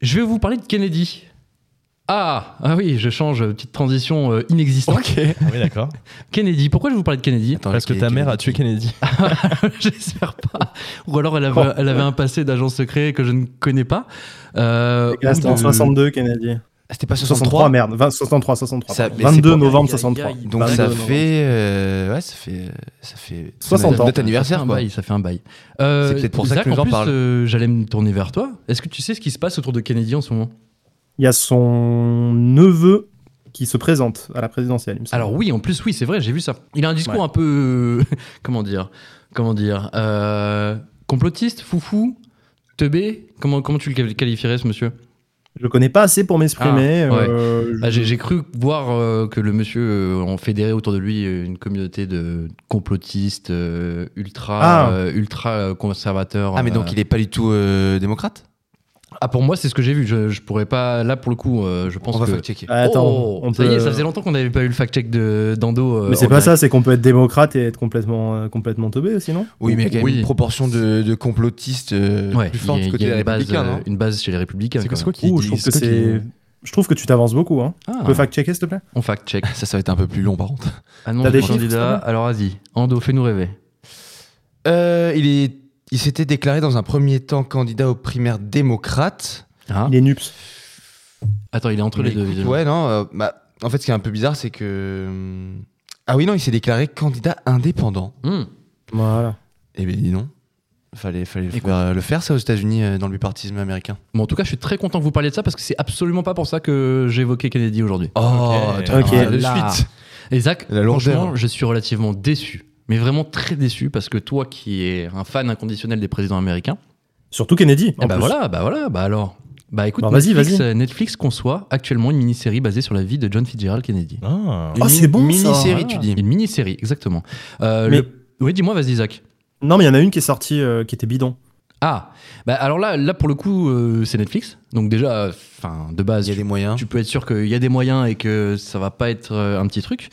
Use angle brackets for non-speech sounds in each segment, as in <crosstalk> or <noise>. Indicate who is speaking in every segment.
Speaker 1: Je vais vous parler de Kennedy. Ah, ah oui, je change, petite transition euh, inexistante. <laughs>
Speaker 2: Ah oui, d'accord.
Speaker 1: Kennedy, pourquoi je vous parlais de Kennedy
Speaker 2: Parce que ta mère a tué Kennedy.
Speaker 1: <laughs> J'espère pas. Ou alors elle avait,
Speaker 2: Oh.
Speaker 1: elle avait un passé d'agent secret que je ne connais pas. Euh,
Speaker 3: Les gars, C'était
Speaker 1: ou
Speaker 3: en
Speaker 1: de-
Speaker 3: 62 canadien.
Speaker 4: Ah, C'était pas 63,
Speaker 3: 63, merde. 20, 63, 63.
Speaker 4: Ça-
Speaker 3: pardon.
Speaker 4: mais c'est
Speaker 3: 22
Speaker 4: pas-
Speaker 3: novembre
Speaker 1: aïe, aïe,
Speaker 3: 63.
Speaker 1: aïe.
Speaker 4: donc
Speaker 3: 22
Speaker 4: ça
Speaker 3: novembre.
Speaker 4: fait, euh, ouais, ça fait, ça fait
Speaker 3: 60
Speaker 4: c'est
Speaker 3: ans.
Speaker 4: Notre anniversaire,
Speaker 1: ça fait un
Speaker 4: quoi.
Speaker 1: bail, ça fait un bail. Euh,
Speaker 4: C'est peut-être pour ça
Speaker 1: Zach,
Speaker 4: que les gens
Speaker 1: en plus,
Speaker 4: parlent.
Speaker 1: euh, J'allais me tourner vers toi. Est-ce que tu sais ce qui se passe autour de Kennedy en ce moment
Speaker 3: Il y a son neveu qui se présente à la présidentielle, il me semble.
Speaker 1: Alors oui, en plus oui, c'est vrai, j'ai vu ça. Il a un discours
Speaker 3: Ouais.
Speaker 1: un peu <laughs> comment dire, comment dire, euh, complotiste, foufou, teubé. Comment comment tu le qualifierais ce monsieur
Speaker 3: Je le connais pas assez pour m'exprimer.
Speaker 1: Ah, ouais.
Speaker 3: euh,
Speaker 1: Bah,
Speaker 3: je-
Speaker 1: J'ai j'ai cru voir euh, que le monsieur euh, en fédérait autour de lui euh, une communauté de complotistes euh, ultra
Speaker 3: Ah.
Speaker 1: euh, ultra euh, conservateurs.
Speaker 4: Ah, mais
Speaker 1: euh.
Speaker 4: donc il est pas du tout euh, démocrate
Speaker 1: Ah, pour moi c'est ce que j'ai vu. Je, je pourrais pas là pour le coup. euh, je pense
Speaker 4: On va
Speaker 1: que
Speaker 4: faire checker.
Speaker 3: Ah, attends,
Speaker 1: Oh,
Speaker 3: on
Speaker 1: ça y
Speaker 3: peut-
Speaker 1: est, ça faisait longtemps qu'on n'avait pas eu le fact-check de d'Ando. euh,
Speaker 3: Mais c'est
Speaker 1: en
Speaker 3: pas
Speaker 1: direct.
Speaker 3: ça, c'est qu'on peut être démocrate et être complètement, euh, complètement teubé, sinon.
Speaker 4: Oui, mais il y a quand même
Speaker 1: Oui.
Speaker 4: une proportion de, de complotistes euh,
Speaker 1: Ouais,
Speaker 4: plus forte
Speaker 1: il y a-
Speaker 4: du côté
Speaker 1: il y a
Speaker 4: des
Speaker 1: une base,
Speaker 4: républicains, hein.
Speaker 1: euh,
Speaker 4: non
Speaker 1: une base chez les républicains. quand
Speaker 2: C'est quoi, c'est quoi qui
Speaker 3: Ouh,
Speaker 2: dit-
Speaker 3: je trouve que
Speaker 2: c'est quoi qui-
Speaker 3: c'est. Je trouve que tu t'avances beaucoup. Hein.
Speaker 1: même.
Speaker 3: Tu
Speaker 1: Ah,
Speaker 3: peux fact-checker, s'il te plaît
Speaker 1: on fact check.
Speaker 4: Ça, ça va être un peu plus long,
Speaker 1: <laughs>
Speaker 4: par contre.
Speaker 1: Annonce
Speaker 3: T'as des
Speaker 1: du
Speaker 3: chiffres,
Speaker 1: candidat.
Speaker 3: Stéphane
Speaker 1: Alors vas-y, Ando, fais-nous rêver.
Speaker 4: Euh, il est, il s'était déclaré dans un premier temps candidat aux primaires démocrates.
Speaker 1: Hein
Speaker 3: Il est nups.
Speaker 1: Attends, il est entre les
Speaker 4: Mais
Speaker 1: deux.
Speaker 4: écoute,
Speaker 1: visiblement.
Speaker 4: ouais, non. euh, bah, en fait, ce qui est un peu bizarre, c'est que. hum, Ah oui, non, il s'est déclaré candidat indépendant.
Speaker 1: Hmm.
Speaker 3: Voilà.
Speaker 4: Eh bien, dis non. Fallait, fallait le
Speaker 1: Écoute.
Speaker 4: faire, le faire, ça, aux États-Unis, euh, dans le bipartisme américain.
Speaker 1: Bon, en tout cas, je suis très content que vous parliez de ça parce que c'est absolument pas pour ça que j'ai évoqué Kennedy aujourd'hui.
Speaker 4: Oh,
Speaker 2: Ok.
Speaker 4: attends,
Speaker 3: Ok.
Speaker 4: ah, de
Speaker 1: Là.
Speaker 4: suite.
Speaker 1: Et Zach,
Speaker 4: La lourdeur.
Speaker 1: franchement, je suis relativement déçu. Mais vraiment très déçu parce que toi qui es un fan inconditionnel des présidents américains,
Speaker 3: Surtout Kennedy.
Speaker 1: eh
Speaker 3: en
Speaker 1: bah
Speaker 3: plus.
Speaker 1: voilà, bah voilà, bah alors. Bah écoute,
Speaker 3: Bah, vas-y,
Speaker 1: Netflix,
Speaker 3: vas-y.
Speaker 1: euh, Netflix conçoit actuellement une mini-série basée sur la vie de John Fitzgerald Kennedy.
Speaker 3: Ah,
Speaker 2: Ah.
Speaker 4: Une
Speaker 3: c'est bon, ça. Ah.
Speaker 4: Mini-série, tu dis.
Speaker 1: Une mini-série, exactement. Euh,
Speaker 3: Mais-
Speaker 1: le- Oui, dis-moi, vas-y, Zach.
Speaker 3: Non, mais il y en a une qui est sortie euh, qui était bidon.
Speaker 1: Ah, bah alors là, là pour le coup, euh, c'est Netflix. Donc déjà, enfin, de base,
Speaker 4: Il y a des moyens.
Speaker 1: Tu peux être sûr qu'il y a des moyens et que ça va pas être euh, un petit truc.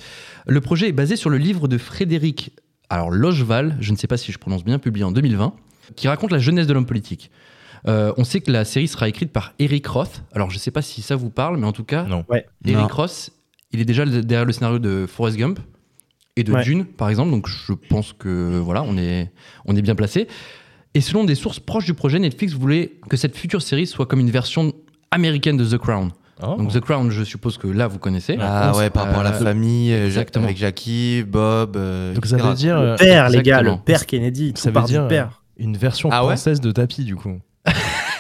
Speaker 1: Le projet est basé sur le livre de Frédéric alors Logeval, je ne sais pas si je prononce bien, publié en 2020, qui raconte la jeunesse de l'homme politique. Euh, on sait que la série sera écrite par Eric Roth. Alors je ne sais pas si ça vous parle, mais en tout cas,
Speaker 2: Non.
Speaker 1: Eric
Speaker 4: Non.
Speaker 1: Roth, il est déjà le- derrière le scénario de Forrest Gump et de
Speaker 3: Ouais.
Speaker 1: Dune, par exemple. Donc je pense que voilà, on est, on est bien placé. Et selon des sources proches du projet, Netflix voulait que cette future série soit comme une version américaine de The Crown.
Speaker 2: Oh.
Speaker 1: Donc The Crown, je suppose que là vous connaissez. <laughs>
Speaker 4: Ah ouais, par rapport à la
Speaker 1: Euh,
Speaker 4: famille, euh, Ja-
Speaker 1: exactement.
Speaker 4: avec Jackie, Bob.
Speaker 1: Bah,
Speaker 4: euh,
Speaker 2: Donc ça
Speaker 4: etc.
Speaker 2: veut dire euh,
Speaker 3: Le père, les gars,
Speaker 1: exactement.
Speaker 3: le père Kennedy. Tout
Speaker 2: Ça veut
Speaker 3: part du
Speaker 2: dire, euh,
Speaker 3: père.
Speaker 2: une version
Speaker 4: Ah ouais
Speaker 2: française de tapis, du coup.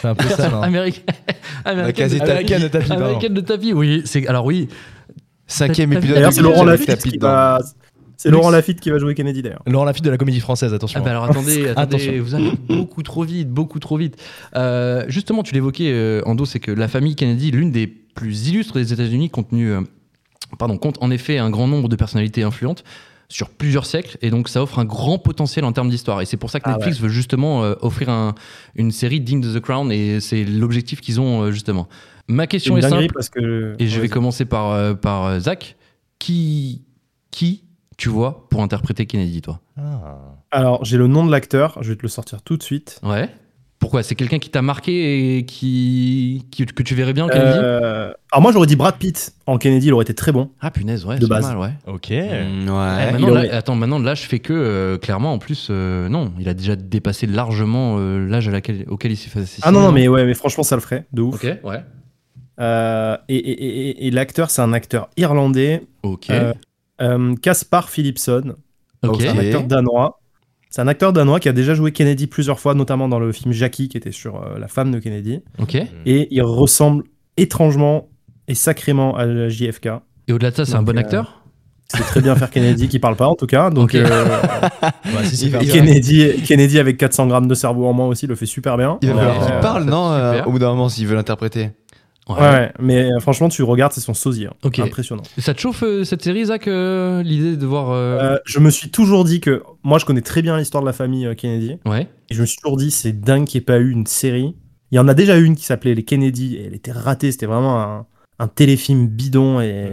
Speaker 2: C'est un peu ça, non
Speaker 1: Américaine, américaine,
Speaker 4: casette
Speaker 1: de-
Speaker 2: Américaine de tapis, pardon.
Speaker 1: américaine de tapis. Oui, c'est alors oui.
Speaker 4: Cinquième
Speaker 1: T'as-
Speaker 4: épisode.
Speaker 3: D'ailleurs,
Speaker 4: du
Speaker 3: c'est Laurent
Speaker 4: Jacques
Speaker 3: Lafitte
Speaker 4: Tapie
Speaker 3: qui
Speaker 4: dedans.
Speaker 3: va. C'est
Speaker 2: Luxe.
Speaker 3: Laurent Lafitte qui va jouer Kennedy d'ailleurs.
Speaker 2: Laurent Lafitte de la comédie française, attention.
Speaker 1: Ah bah alors
Speaker 2: <laughs>
Speaker 1: attendez, attendez
Speaker 2: Attention.
Speaker 1: vous allez beaucoup trop vite, beaucoup trop vite. Euh, justement, tu l'évoquais, euh, Ando, c'est que la famille Kennedy, l'une des plus illustres des États-Unis, contenu, euh, pardon, compte en effet un grand nombre de personnalités influentes sur plusieurs siècles, et donc ça offre un grand potentiel en termes d'histoire. Et c'est pour ça que
Speaker 3: Ah
Speaker 1: Netflix veut justement euh, offrir un- une série digne de The Crown, et c'est l'objectif qu'ils ont euh, justement. Ma
Speaker 3: C'est
Speaker 1: question
Speaker 3: une
Speaker 1: est
Speaker 3: dinguerie
Speaker 1: simple.
Speaker 3: parce que.
Speaker 1: Et je vais
Speaker 3: Vas-y.
Speaker 1: commencer par, euh, par euh, Zach. Qui, qui tu vois pour interpréter Kennedy, toi
Speaker 2: Ah.
Speaker 3: Alors, j'ai le nom de l'acteur. Je vais te le sortir tout de suite.
Speaker 1: Ouais. Pourquoi C'est quelqu'un qui t'a marqué et qui, qui- que tu verrais bien en Kennedy
Speaker 3: Euh, Alors moi, j'aurais dit Brad Pitt en Kennedy. Il aurait été très bon.
Speaker 1: Ah punaise, ouais,
Speaker 3: de
Speaker 1: c'est pas
Speaker 3: base.
Speaker 1: mal, ouais.
Speaker 2: Ah, Ok.
Speaker 4: Mm,
Speaker 1: Eh,
Speaker 4: Ouais.
Speaker 1: maintenant,
Speaker 3: il
Speaker 1: là-
Speaker 3: aurait-
Speaker 1: attends, maintenant là, je fais que euh, clairement. En plus, euh, non, il a déjà dépassé largement euh, l'âge à laquelle- auquel il s'est fait assassiner.
Speaker 3: Ah non, non, mais ouais, mais franchement, ça le ferait de ouf.
Speaker 1: Ok, ouais.
Speaker 3: Euh, et et- et- et- et l'acteur, c'est un acteur irlandais.
Speaker 1: Ok.
Speaker 3: Euh, oh, euh, Caspar Philipson,
Speaker 1: ok.
Speaker 3: c'est un acteur danois. C'est un acteur danois qui a déjà joué Kennedy plusieurs fois, notamment dans le film Jackie, qui était sur euh, la femme de Kennedy.
Speaker 1: ok.
Speaker 3: Et il ressemble étrangement et sacrément à la JFK.
Speaker 1: Et au-delà de ça, c'est
Speaker 3: Donc,
Speaker 1: un bon
Speaker 3: euh,
Speaker 1: acteur
Speaker 3: C'est très bien faire Kennedy qui parle pas, en tout cas. Donc,
Speaker 1: Ok.
Speaker 3: euh,
Speaker 2: Bah, si, c'est
Speaker 4: Il-
Speaker 2: pas-
Speaker 4: il-
Speaker 3: Kennedy, Kennedy avec 400 grammes de cerveau en moins aussi le fait super bien.
Speaker 4: Il va
Speaker 1: Ouais.
Speaker 4: falloir
Speaker 1: Ouais.
Speaker 4: qu'il parle, non euh,
Speaker 1: super.
Speaker 4: Au bout d'un moment, s'il veut l'interpréter.
Speaker 3: Ouais, ouais, mais euh, franchement, tu regardes, c'est son sosie. hein.
Speaker 1: Ok.
Speaker 3: Impressionnant.
Speaker 1: Ça te chauffe euh, cette série, Zach euh, L'idée de voir. euh,
Speaker 3: Euh, je me suis toujours dit que. Moi, je connais très bien l'histoire de la famille euh, Kennedy.
Speaker 1: Ouais.
Speaker 3: Et je me suis toujours dit, c'est dingue qu'il n'y ait pas eu une série. Il y en a déjà eu une qui s'appelait Les Kennedy et elle était ratée. C'était vraiment un, un téléfilm bidon et,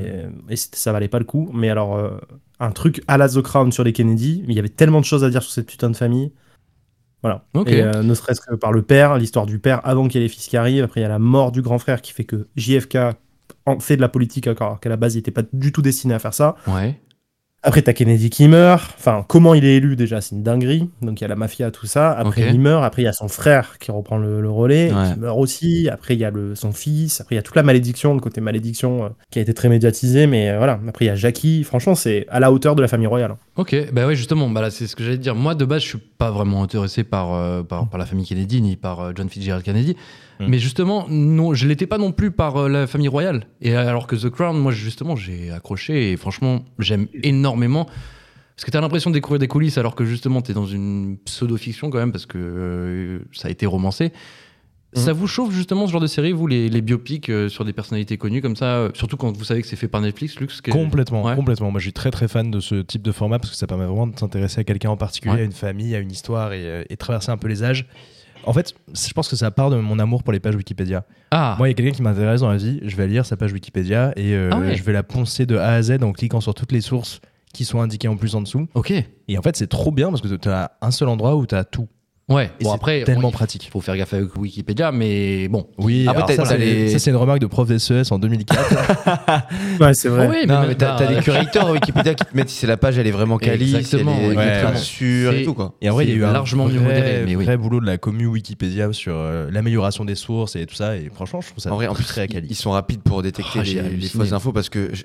Speaker 3: et c'était- ça valait pas le coup. Mais alors, euh, un truc à la The Crown sur les Kennedy, il y avait tellement de choses à dire sur cette putain de famille.
Speaker 1: Ok.
Speaker 3: Et, euh, ne serait-ce que par le père, l'histoire du père avant qu'il y ait les fils qui arrivent. Après, il y a la mort du grand frère qui fait que JFK en fait de la politique encore, alors qu'à la base, il n'était pas du tout destiné à faire ça.
Speaker 1: Ouais.
Speaker 3: Après, t'as Kennedy qui meurt. Enfin, comment il est élu déjà, c'est une dinguerie. Donc, il y a la mafia, tout ça. Après,
Speaker 1: Ok.
Speaker 3: il meurt. Après, il y a son frère qui reprend le, le relais, et
Speaker 1: Ouais.
Speaker 3: qui meurt aussi. Après, il y a le, son fils. Après, il y a toute la malédiction, le côté malédiction euh, qui a été très médiatisé. Mais euh, voilà. Après, il y a Jackie. Franchement, c'est à la hauteur de la famille royale. hein.
Speaker 1: Ok, bah ouais, justement, bah là, c'est ce que j'allais te dire. Moi, de base, je suis pas vraiment intéressé par, euh, par, par la famille Kennedy ni par euh, John Fitzgerald Kennedy.
Speaker 2: Mm.
Speaker 1: Mais justement, non, je l'étais pas non plus par euh, la famille royale. Et alors que The Crown, moi, justement, j'ai accroché et franchement, j'aime énormément. Parce que t'as l'impression de découvrir des coulisses alors que justement, t'es dans une pseudo-fiction quand même parce que euh, ça a été romancé.
Speaker 3: Mm.
Speaker 1: Ça vous chauffe justement ce genre de série, vous, les, les biopics euh, sur des personnalités connues comme ça, euh, surtout quand vous savez que c'est fait par Netflix, Luxe que-
Speaker 2: Complètement,
Speaker 1: Ouais.
Speaker 2: complètement. Moi, je suis très très fan de ce type de format parce que ça permet vraiment de s'intéresser à quelqu'un en particulier,
Speaker 1: Ouais.
Speaker 2: à une famille, à une histoire et, euh, et traverser un peu les âges. En fait, c- je pense que ça part de mon amour pour les pages Wikipédia.
Speaker 1: Ah,
Speaker 2: Moi, il y a quelqu'un qui m'intéresse dans la vie, je vais lire sa page Wikipédia et euh,
Speaker 1: Ah ouais.
Speaker 2: je vais la poncer de A à Z en cliquant sur toutes les sources qui sont indiquées en plus en dessous.
Speaker 1: ok.
Speaker 2: Et en fait, c'est trop bien parce que tu as un seul endroit où tu as tout.
Speaker 1: Ouais,
Speaker 2: Et
Speaker 1: bon
Speaker 2: c'est
Speaker 1: après,
Speaker 2: tellement
Speaker 1: bon,
Speaker 2: pratique.
Speaker 1: faut faire gaffe avec Wikipédia, mais bon.
Speaker 2: Oui,
Speaker 4: Après,
Speaker 2: alors
Speaker 4: t'as-
Speaker 2: ça,
Speaker 4: t'as
Speaker 2: c'est-
Speaker 4: les-
Speaker 2: ça, c'est une remarque de prof de SES en 2004.
Speaker 3: Ouais, c'est vrai.
Speaker 1: Ah oui,
Speaker 4: Non,
Speaker 1: même
Speaker 4: Eh, mais t'as
Speaker 1: pas,
Speaker 4: t'as
Speaker 1: euh,
Speaker 4: des curateurs Wikipédia qui te mettent si c'est la page, elle est vraiment quali,
Speaker 1: Exactement,
Speaker 4: si elle est
Speaker 2: ouais,
Speaker 4: vraiment
Speaker 2: ouais.
Speaker 4: sûre
Speaker 1: C'est-
Speaker 4: et tout, quoi.
Speaker 2: Et en vrai, il y a
Speaker 1: C'est
Speaker 2: eu un
Speaker 1: largement
Speaker 2: vrai,
Speaker 1: mieux modéré, mais oui.
Speaker 2: vrai boulot de la commu Wikipédia sur euh, l'amélioration des sources et tout ça. Et franchement, je trouve ça
Speaker 4: En vrai, en plus,
Speaker 2: très Ah, quali.
Speaker 4: ils sont rapides pour détecter
Speaker 1: Oh, j'ai
Speaker 4: les, les
Speaker 1: halluciné.
Speaker 4: fausses infos parce que je,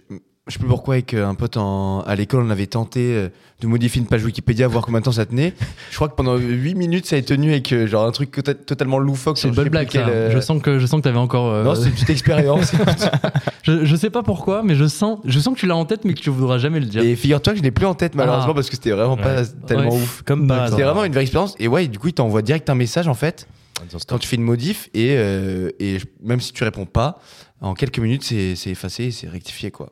Speaker 4: je sais plus pourquoi avec euh, un pote en- à l'école, on avait tenté euh, de modifier une page Wikipédia, voir combien de temps ça tenait. Je crois que pendant 8 minutes, ça a tenu avec euh, genre un truc cota- totalement loufoque.
Speaker 1: C'est
Speaker 4: sur
Speaker 1: une
Speaker 4: je
Speaker 1: bonne
Speaker 4: sais
Speaker 1: blague,
Speaker 4: plus
Speaker 1: ça.
Speaker 4: quel, euh,
Speaker 1: Je sens que je sens que t'avais encore. euh,
Speaker 4: Non, c'est une
Speaker 1: <laughs>
Speaker 4: petite expérience.
Speaker 1: je, je sais pas pourquoi, mais je sens, je sens que tu l'as en tête, mais que tu voudras jamais le dire.
Speaker 4: Et figure-toi que je l'ai plus en tête malheureusement
Speaker 1: Ah.
Speaker 4: parce que c'était vraiment pas tellement
Speaker 1: Ouais.
Speaker 4: ouf.
Speaker 2: Comme par
Speaker 4: C'était
Speaker 2: hasard.
Speaker 4: vraiment une vraie expérience. Et ouais, du coup, il t'envoie direct un message en fait.
Speaker 2: Ah, Dans ce temps.
Speaker 4: quand tu fais une modif et, euh, et je- même si tu réponds pas, en quelques minutes c'est c'est effacé et c'est rectifié quoi.